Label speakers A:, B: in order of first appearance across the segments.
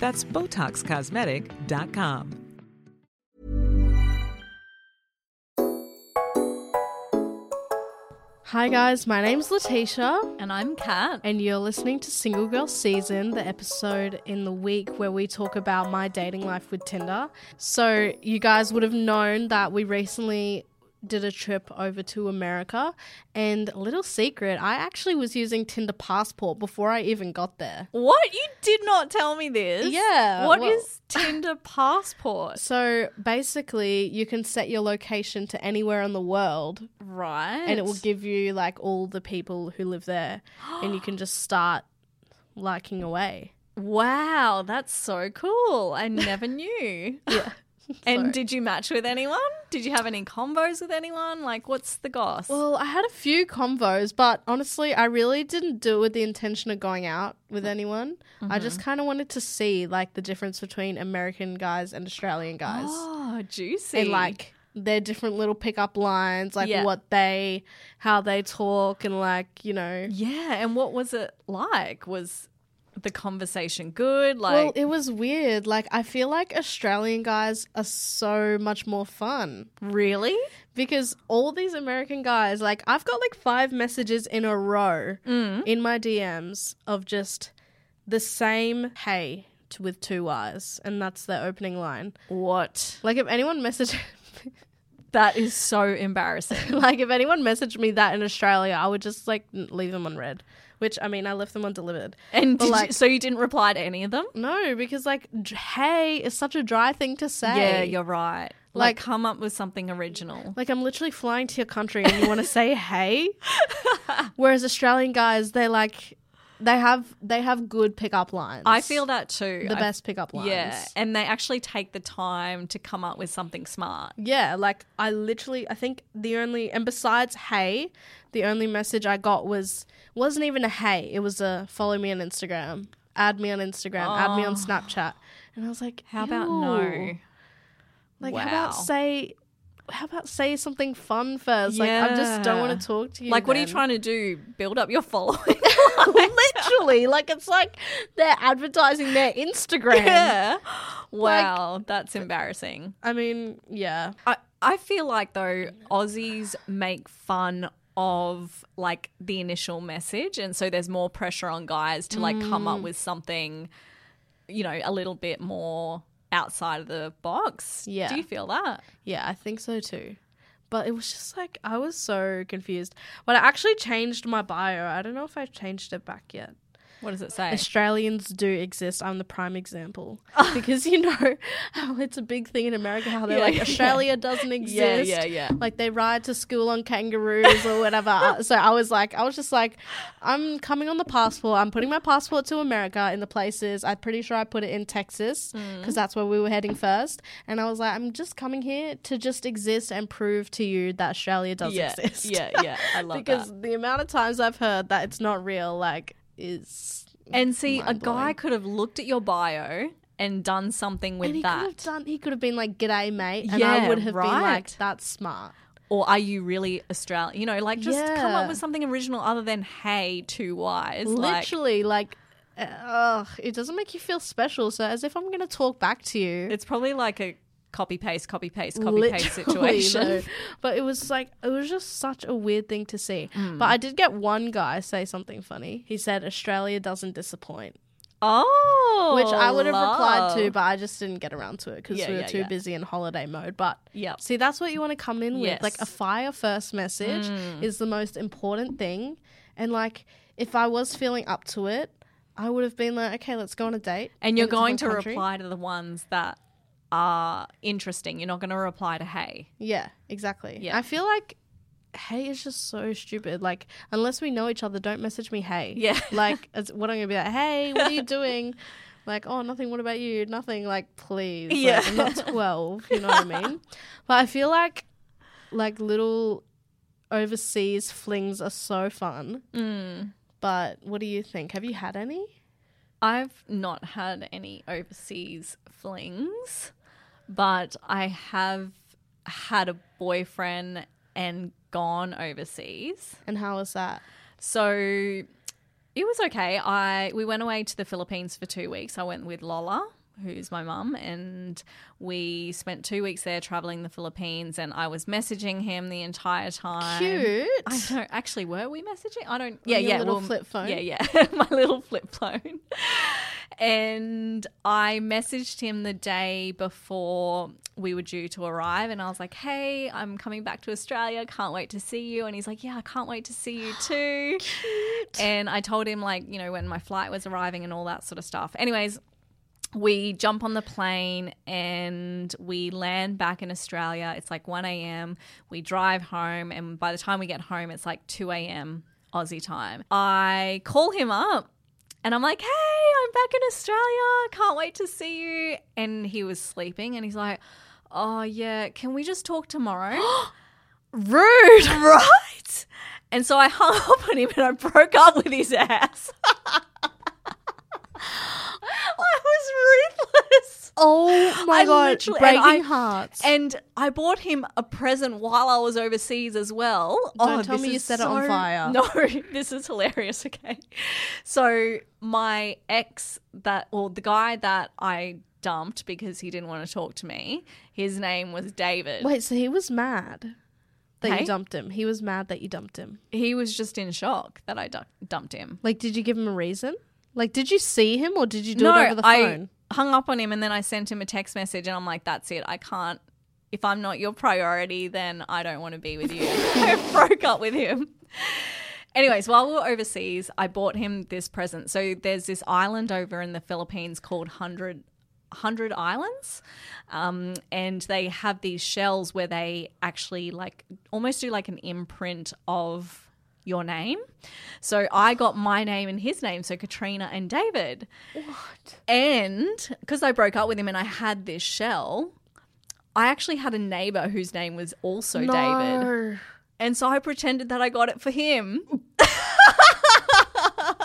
A: That's BotoxCosmetic.com.
B: Hi, guys, my name's Letitia,
C: And I'm Kat.
B: and you're listening to Single Girl Season, the episode in the week where we talk about my dating life with Tinder. So, you guys would have known that we recently did a trip over to America, and little secret, I actually was using Tinder Passport before I even got there.
D: What? You did not tell me this.
B: Yeah,
D: What is
B: well-
D: Tinder passport?
B: So, basically, you can set your location to anywhere in the world
D: Right.
B: and it will give you like all the people who live there and you can just start liking away
D: Wow, that's so cool. I never knew.
B: yeah
D: and did you match with anyone? Did you have any combos with anyone? Like what's the goss?
B: well i had a few convos but honestly i really didn't do it with the intention of going out with anyone i just
D: Mm-hmm.
B: kind of wanted to see like the difference between american guys and australian guys
D: oh, juicy.
B: and like their different little pickup lines like
D: Yeah.
B: what they how they talk and like you know
D: Yeah, and what was it like? Was the conversation good?
B: well
D: Like
B: it was weird like i feel like australian guys are so much more fun
D: really?
B: because all these American guys, like I've got like five messages in a row
D: Mm.
B: in my DMs of just the same hey t- with two Y's, and that's their opening line.
D: What?
B: Like if anyone messaged,
D: That is so embarrassing.
B: like if anyone messaged me that in Australia, I would just like n- leave them on red. Which I mean, I left them undelivered.
D: And
B: But,
D: did you,
B: like-
D: so you didn't reply to any of them?
B: No, because like j- hey is such a dry thing to say.
D: Yeah, you're right.
B: Like-
D: Like, come up with something original.
B: Like I'm literally flying to your country and you want to say hey. Whereas Australian guys, they like they have they have good pickup lines.
D: I feel that too.
B: the
D: I-
B: best pickup lines.
D: Yeah, and they actually take the time to come up with something smart.
B: Yeah, like I literally I think the only and besides hey, the only message I got was wasn't even a hey, it was a follow me on Instagram, add me on Instagram, add me on Snapchat. And I was like,
D: Oh. How about
B: "Ew."
D: no?
B: Like how
D: Wow.
B: about say how about say something fun first? Like I just don't
D: Yeah.
B: want to talk to you.
D: Like, what are you
B: then.
D: trying to do? Build up your following?
B: literally like it's like they're advertising their instagram
D: yeah. Wow, that's embarrassing.
B: i mean yeah
D: I, I feel like though Aussies make fun of like the initial message, and so there's more pressure on guys to like come
B: Mm.
D: up with something, you know, a little bit more outside of the box.
B: Yeah.
D: Do you feel that?
B: yeah i think so too but it was just like i was so confused but i actually changed my bio i don't know if i changed it back yet
D: What does it say?
B: australians do exist i'm the prime example because you know how it's a big thing in america how they're
D: Oh. Yeah,
B: like
D: yeah.
B: australia doesn't exist
D: Yeah, yeah, yeah.
B: like they ride to school on kangaroos or whatever. so I was like, I was just like, I'm coming on the passport. I'm putting my passport to America in the places. I'm pretty sure I put it in Texas
D: Mm.
B: because that's where we were heading first. And I was like, I'm just coming here to just exist and prove to you that Australia does
D: yeah,
B: exist.
D: yeah, yeah. I love
B: because
D: that.
B: the amount of times I've heard that it's not real, like, is
D: And see, a
B: mind-blowing.
D: guy could have looked at your bio and done something with
B: and he could
D: that.
B: have done. He could have been like, "G'day, mate," and I
D: Yeah,
B: would have been
D: right.
B: like, "That's smart."
D: or are you really Australian? You know, like just come
B: Yeah.
D: up with something original other than hey, two wise. Like,
B: Literally, like, uh, ugh, it doesn't make you feel special. So as if I'm gonna talk back to you.
D: it's probably like a copy paste, copy paste, copy paste
B: Literally,
D: situation.
B: though. But it was like it was just such a weird thing to see.
D: Mm.
B: But I did get one guy say something funny. He said Australia doesn't disappoint,
D: Oh,
B: which I would have replied to,
D: love.
B: but I just didn't get around to it because
D: Yeah,
B: we were
D: yeah,
B: too
D: yeah.
B: busy in holiday mode. But
D: Yep.
B: see, that's what you want to come in
D: Yes. Mm.
B: with. Like a fire first message is the most important thing. And like if I was feeling up to it, I would have been like, okay, let's go on a date.
D: and you're
B: in a
D: going to
B: different country.
D: reply to the ones that are interesting. You're not going to reply to hey.
B: Yeah, exactly.
D: Yeah.
B: I feel like hey is just so stupid. Like, unless we know each other, don't message me hey.
D: Yeah.
B: Like, it's, what I'm going to be like, hey, what are you doing? like, oh, nothing. What about you? Nothing. Like, please. Like,
D: Yeah.
B: I'm not 12. You know what I mean? But I feel like, like, little overseas flings are so fun.
D: Mm.
B: But what do you think? Have you had any?
D: I've not had any overseas flings, but I have had a boyfriend and gone overseas.
B: And how was that?
D: So it was okay. I we went away to the Philippines for two weeks. I went with Lola, who's my mum, and we spent two weeks there traveling the Philippines. And I was messaging him the entire time.
B: Cute.
D: I don't actually. Were we messaging? I don't. Yeah,
B: your
D: yeah.
B: little flip phone?
D: Yeah, yeah. my little flip phone. and I messaged him the day before we were due to arrive, and I was like, "Hey, I'm coming back to Australia. Can't wait to see you." And he's like, "Yeah, I can't wait to see you too." And I told him like, you know, when my flight was arriving and all that sort of stuff. Anyways, we jump on the plane and we land back in Australia. It's like 1 a.m. We drive home, and by the time we get home, it's like 2 a.m. Aussie time. I call him up and I'm like, hey, I'm back in Australia. Can't wait to see you. And he was sleeping and he's like, oh, yeah, can we just talk tomorrow? Rude, right? And so I hung up on him and I broke up with his ass. I was ruthless.
B: Oh my
D: I
B: God.
D: literally-
B: Breaking
D: and I-
B: hearts.
D: And I bought him a present while I was overseas as well. Oh,
B: Don't tell
D: this
B: me you
D: is
B: set it on
D: so-
B: fire.
D: No, this is hilarious. Okay. So, my ex, that, or the guy that I dumped because he didn't want to talk to me, his name was David.
B: Wait, so he was mad that
D: Hey?
B: you dumped him. He was mad that you dumped him.
D: He was just in shock that I du- dumped him.
B: Like, did you give him a reason? Like, did you see him or did you do it over the phone?
D: I hung up on him and then I sent him a text message and I'm like, that's it. I can't. If I'm not your priority, then I don't want to be with you. I broke up with him. Anyways, while we were overseas, I bought him this present. So there's this island over in the Philippines called Hundred Hundred Islands, um, and they have these shells where they actually like almost do like an imprint of your name. So I got my name and his name, so Katrina and David. What? And because I broke up with him and I had this shell, I actually had a neighbor whose name was also David. And so I pretended that I got it for him.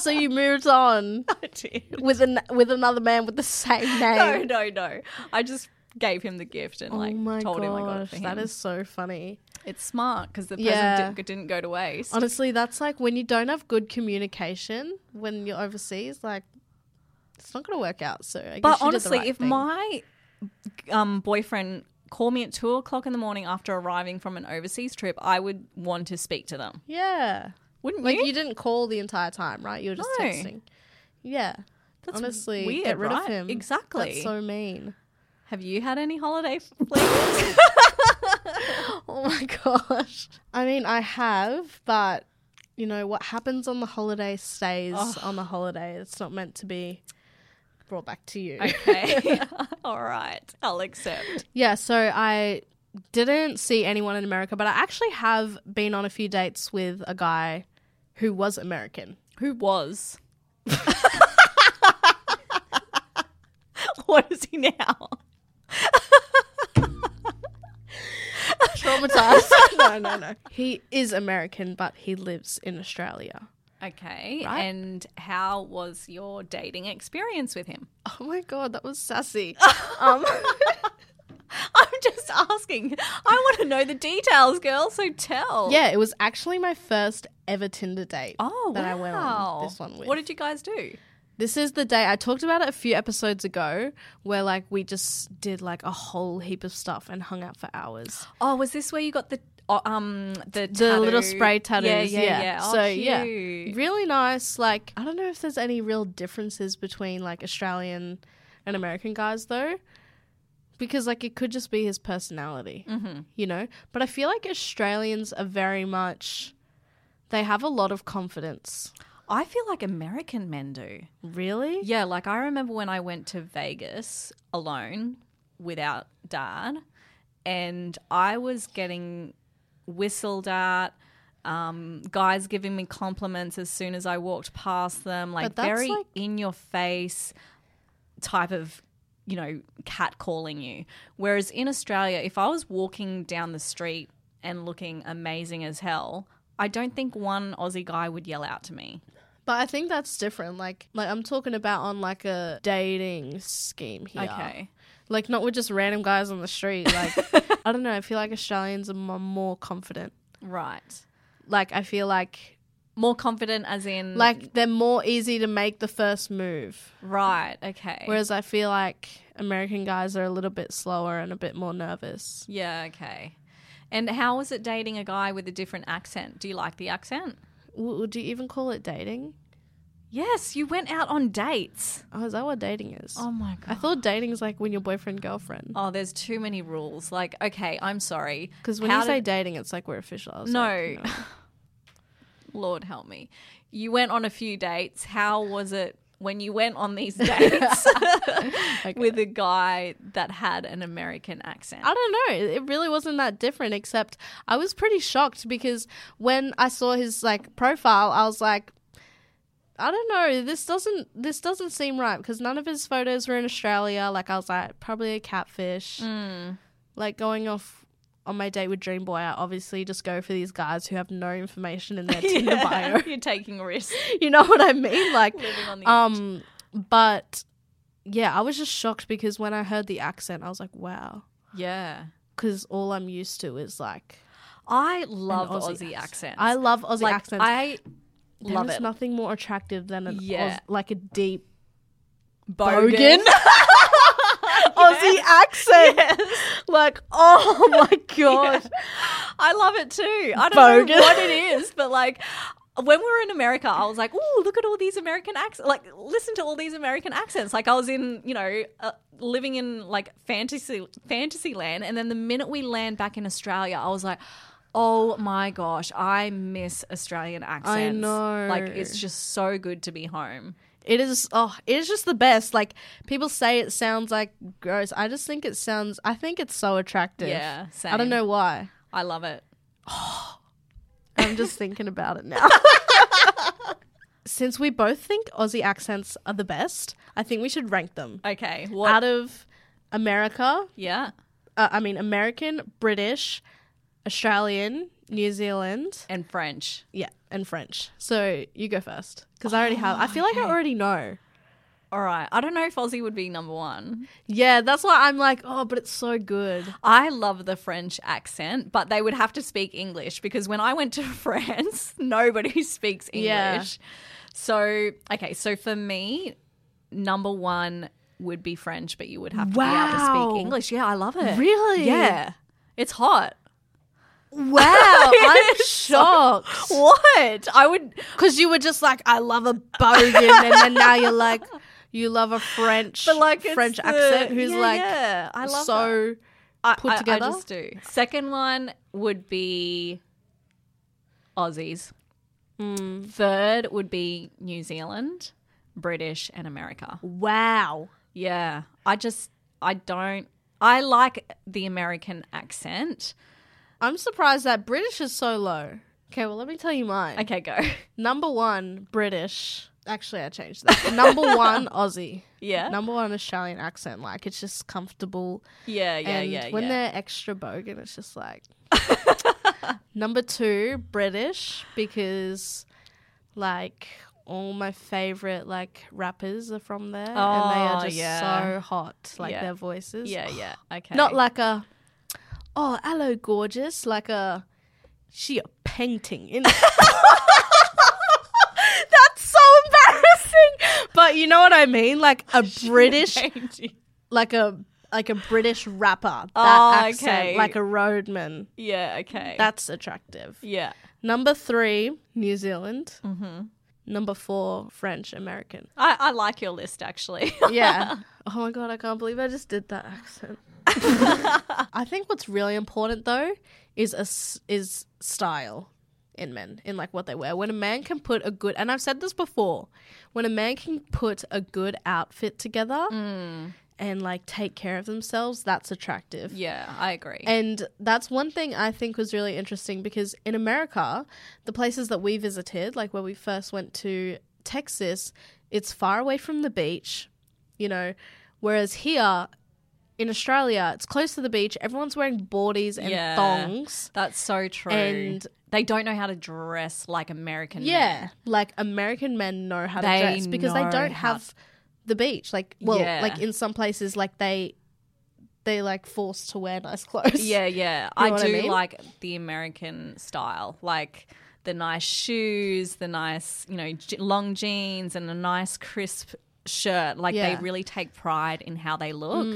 B: so you moved on
D: I did.
B: with an with another man with the same
D: No,
B: name.
D: no, no. I just gave him the gift and like
B: oh my
D: told
B: gosh,
D: him I got it for him.
B: that is so funny.
D: it's smart because the
B: Yeah.
D: present did, didn't go to waste.
B: Honestly, that's like when you don't have good communication when you're overseas. Like, it's not gonna work out. So, I guess
D: but
B: you did the
D: honestly,
B: right
D: if
B: thing.
D: my um, boyfriend called me at two o'clock in the morning after arriving from an overseas trip, I would want to speak to them.
B: yeah,
D: Wouldn't
B: like
D: you?
B: you didn't call the entire time, right? You were just
D: No.
B: texting. Yeah,
D: That's
B: honestly,
D: weird,
B: get rid
D: right?
B: of him.
D: Exactly.
B: That's so mean.
D: Have you had any holiday flings?
B: Oh my gosh. I mean, I have, but you know what happens on the holiday stays on the holiday. It's not meant to be brought back to you.
D: okay. All right. I'll accept.
B: yeah, so I didn't see anyone in America, but I actually have been on a few dates with a guy who was American.
D: Who was? what is he now?
B: Traumatized. no, no, no. He is American, but he lives in Australia.
D: Okay.
B: Right?
D: And how was your dating experience with him?
B: Oh my god, that was sassy.
D: I'm just asking. I want to know the details, girl. So tell.
B: yeah, it was actually my first ever Tinder date.
D: Oh,
B: that
D: wow.
B: I went on this one with.
D: What did you guys do?
B: This is the day I talked about it a few episodes ago, where like we just did like a whole heap of stuff and hung out for hours.
D: Oh, was this where you got the oh, um the
B: The little
D: tattoo?
B: spray tattoos,
D: Yeah, yeah, yeah. Oh,
B: so yeah,
D: cute.
B: really nice. Like I don't know if there's any real differences between like Australian and American guys though, because like it could just be his personality, mm-hmm. you know. But I feel like Australians are very much, they have a lot of confidence.
D: I feel like American men do.
B: Really?
D: Yeah, like I remember when I went to Vegas alone without dad, and I was getting whistled at. Um, guys giving me compliments as soon as I walked past them, like
B: But that's,
D: very
B: like-
D: in your face type of, you know, cat calling you. Whereas in Australia, if I was walking down the street and looking amazing as hell, I don't think one Aussie guy would yell out to me.
B: But I think that's different. Like, like I'm talking about on like a dating scheme here.
D: Okay.
B: Like not with just random guys on the street. Like I don't know. I feel like Australians are m- more confident.
D: Right.
B: Like I feel like
D: More confident, as in
B: like they're more easy to make the first move.
D: right. Okay.
B: Whereas I feel like American guys are a little bit slower and a bit more nervous.
D: yeah. Okay. And how was it dating a guy with a different accent? Do you like the accent?
B: W- would you even call it dating?
D: Yes, you went out on dates.
B: Oh, is that what dating is?
D: Oh my
B: I thought dating is like when your boyfriend girlfriend.
D: Oh, there's too many rules. Like, okay, I'm sorry.
B: Because when
D: How
B: you say
D: did-
B: dating, it's like we're official. I was
D: no,
B: like,
D: Lord help me, you went on a few dates. How was it when you went on these dates with
B: uh,
D: a guy that had an American accent?
B: I don't know. It- It really wasn't that different, except I was pretty shocked because when I saw his like profile, I was like, I don't know. This doesn't this doesn't seem right because none of his photos were in Australia. Like I was like, probably a catfish.
D: Hmm.
B: Like going off on my date with Dream Boy, I obviously just go for these guys who have no information in their Tinder bio.
D: You're taking risks.
B: you know what I mean? Like,
D: Living on the
B: um, but yeah, I was just shocked because when I heard the accent, I was like, wow
D: Yeah.
B: because all I'm used to is like
D: I
B: an
D: love Aussie, accents.
B: I love Aussie
D: Like,
B: accents.
D: I
B: There
D: love
B: is
D: it.
B: nothing more attractive than an
D: Yeah.
B: Aus- like a deep
D: Bogan.
B: Aussie accent. Like, oh my god.
D: I love it too. I don't know
B: Bogan.
D: what it is, but like when we were in America, I was like, "Oh, look at all these American accents! Like, listen to all these American accents!" Like, I was in, you know, uh, living in like fantasy fantasy land, and then the minute we land back in Australia, I was like. Oh my gosh, I miss Australian accents.
B: know.
D: Like it's just so good to be home.
B: It is oh, it is just the best. Like people say it sounds like gross. I just think it sounds I think it's so attractive.
D: Yeah,
B: I
D: same.
B: don't know why.
D: I love it.
B: I'm just thinking about it now. Since we both think Aussie accents are the best, I think we should rank them.
D: Okay. What?
B: Out of America,
D: yeah.
B: uh, I mean American, British, Australian, New Zealand,
D: And French.
B: yeah, and French. So you go first because I already have. I feel
D: Oh,
B: like I already know.
D: All right. I don't know if Aussie would be number one.
B: Yeah, that's why I'm like, oh, but it's so good.
D: I love the French accent, but they would have to speak English because when I went to France, nobody speaks English.
B: Yeah.
D: So, okay. So for me, number one would be French, but you would have to be able to
B: Wow.
D: speak English. Yeah. I love it.
B: Really?
D: Yeah. It's hot.
B: Wow, I'm shocked.
D: What? I would.
B: Because you were just like, I love a bogan, and then now you're like, you love a French,
D: But like it's
B: French
D: the-
B: accent, who's
D: yeah,
B: like,
D: yeah, I love that.
B: so
D: I,
B: put
D: I-
B: together?
D: I just do. Second one would be Aussies.
B: Hmm.
D: Third would be New Zealand, British, and America.
B: wow.
D: Yeah, I just I don't. I like the American accent.
B: I'm surprised that British is so low. Okay, well, let me tell you mine.
D: Okay, go.
B: Number one, British. Actually, I changed that. Number one, Aussie.
D: Yeah.
B: Number one, Australian accent. Like, it's just comfortable.
D: Yeah, yeah,
B: and
D: yeah.
B: when
D: yeah.
B: they're extra bogan, it's just like. Number two, British, because Like all my favorite like rappers are from there, and they
D: Oh,
B: are just
D: yeah.
B: so hot. Like
D: Yeah.
B: their voices.
D: Yeah, yeah. Okay.
B: Not like a oh, hello, gorgeous. Like a she a painting. In- That's so embarrassing. But you know what I mean? Like a British, like a like a British rapper. That
D: Oh,
B: accent,
D: okay.
B: like a roadman.
D: Yeah, okay.
B: That's attractive.
D: yeah.
B: Number three, New Zealand. Mm-hmm. Number four, French American.
D: I, I like your list actually.
B: Yeah. oh my god, I can't believe I just did that accent. I think what's really important though is a s is style in men in like what they wear. When a man can put a good and I've said this before, when a man can put a good outfit together and like take care of themselves, that's attractive.
D: yeah, I agree.
B: And that's one thing I think was really interesting because in America, the places that we visited, like where we first went to Texas, it's far away from the beach, you know, whereas here in Australia, it's close to the beach. Everyone's wearing boardies and
D: Yeah.
B: thongs.
D: That's so true.
B: And-
D: they don't know how to dress like American
B: Yeah. Like American men know how
D: They
B: to dress because they
D: know
B: don't
D: how
B: have the beach. Like, well,
D: Yeah.
B: like in some places, like they. They like forced to wear nice clothes.
D: Yeah,
B: You
D: yeah.
B: know
D: I
B: what I
D: do
B: mean?
D: like the American style, like the nice shoes, the nice, you know, j- long jeans, and a nice crisp shirt. Like
B: Yeah. Mm.
D: they really take pride in how they look,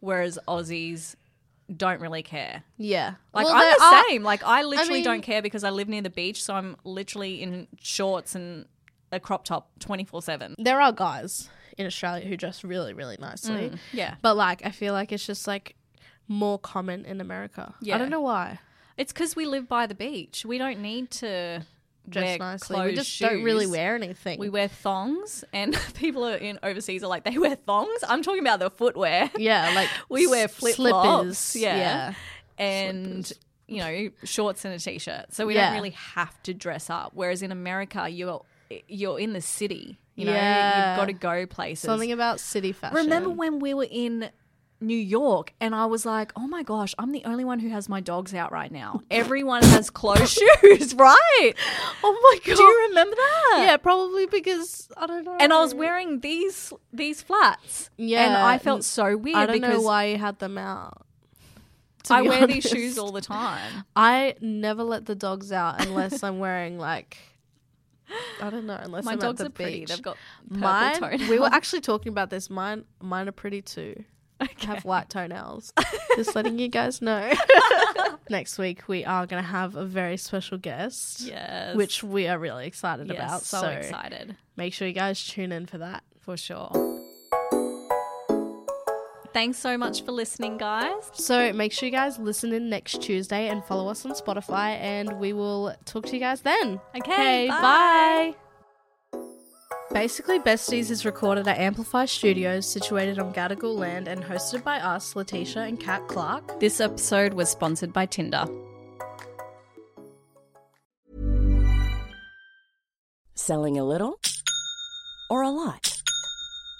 D: whereas Aussies don't really care.
B: yeah.
D: Like
B: Well,
D: I'm
B: there
D: the
B: are-
D: same. Like I literally
B: mean-
D: don't care because I live near the beach, so I'm literally in shorts and a crop top twenty four seven.
B: there are guys in Australia who dress really, really nicely.
D: Mm, Yeah,
B: But like, I feel like it's just like more common in America.
D: Yeah.
B: I don't know why.
D: it's because we live by the beach. We don't need to
B: Dress
D: wear
B: nicely.
D: Clothes,
B: we just don't really
D: shoes.
B: wear anything.
D: We wear thongs, and people are in overseas are like they wear thongs. I'm talking about the footwear.
B: yeah, like
D: we wear
B: s-
D: flip flops.
B: slippers.
D: Yeah. and you know shorts and a t-shirt. So we
B: Yeah.
D: don't really have to dress up. Whereas in America, you're you're in the city. You know,
B: Yeah.
D: you've got to go places.
B: Something about city fashion. Oh
D: Remember when we were in New York and I was like, oh my gosh, I'm the only one who has my dogs out right now. Everyone has closed shoes, right?
B: Oh my god.
D: Do you remember that?
B: yeah, probably because I don't know.
D: and I was wearing these these flats.
B: Yeah,
D: and I felt
B: and
D: so weird
B: I don't know
D: because
B: why you had them out. to
D: I
B: be
D: wear these
B: honest.
D: shoes all the time.
B: I never let the dogs out unless I'm wearing like I don't know, unless
D: My
B: I'm
D: dogs
B: at
D: are
B: the
D: pretty.
B: beach.
D: They've got purple
B: mine
D: toenails.
B: we were actually talking about this mine mine are pretty too I have white toenails just letting you guys know next week we are going to have a very special guest
D: yes,
B: which we are really excited
D: yes,
B: about
D: so, excited
B: make sure you guys tune in for that
D: for sure. Thanks so much for listening, guys.
B: so make sure you guys listen in next tuesday and follow us on spotify and we will talk to you guys then
D: Okay, bye.
B: bye. Basically Besties is recorded at Amplify Studios, situated on Gadigal land, and hosted by us, Letitia and Kat Clark.
D: This episode was sponsored by Tinder.
E: Selling a little or a lot?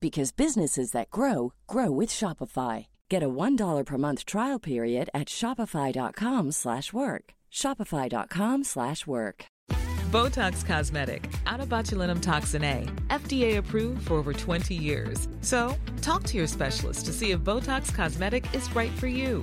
E: because businesses that grow grow with Shopify. Get a $1 per month trial period at shopify.com/work. slash work. shopify.com/work. slash work.
A: Botox Cosmetic, out of botulinum toxin A, FDA approved for over 20 years. So, talk to your specialist to see if Botox Cosmetic is right for you.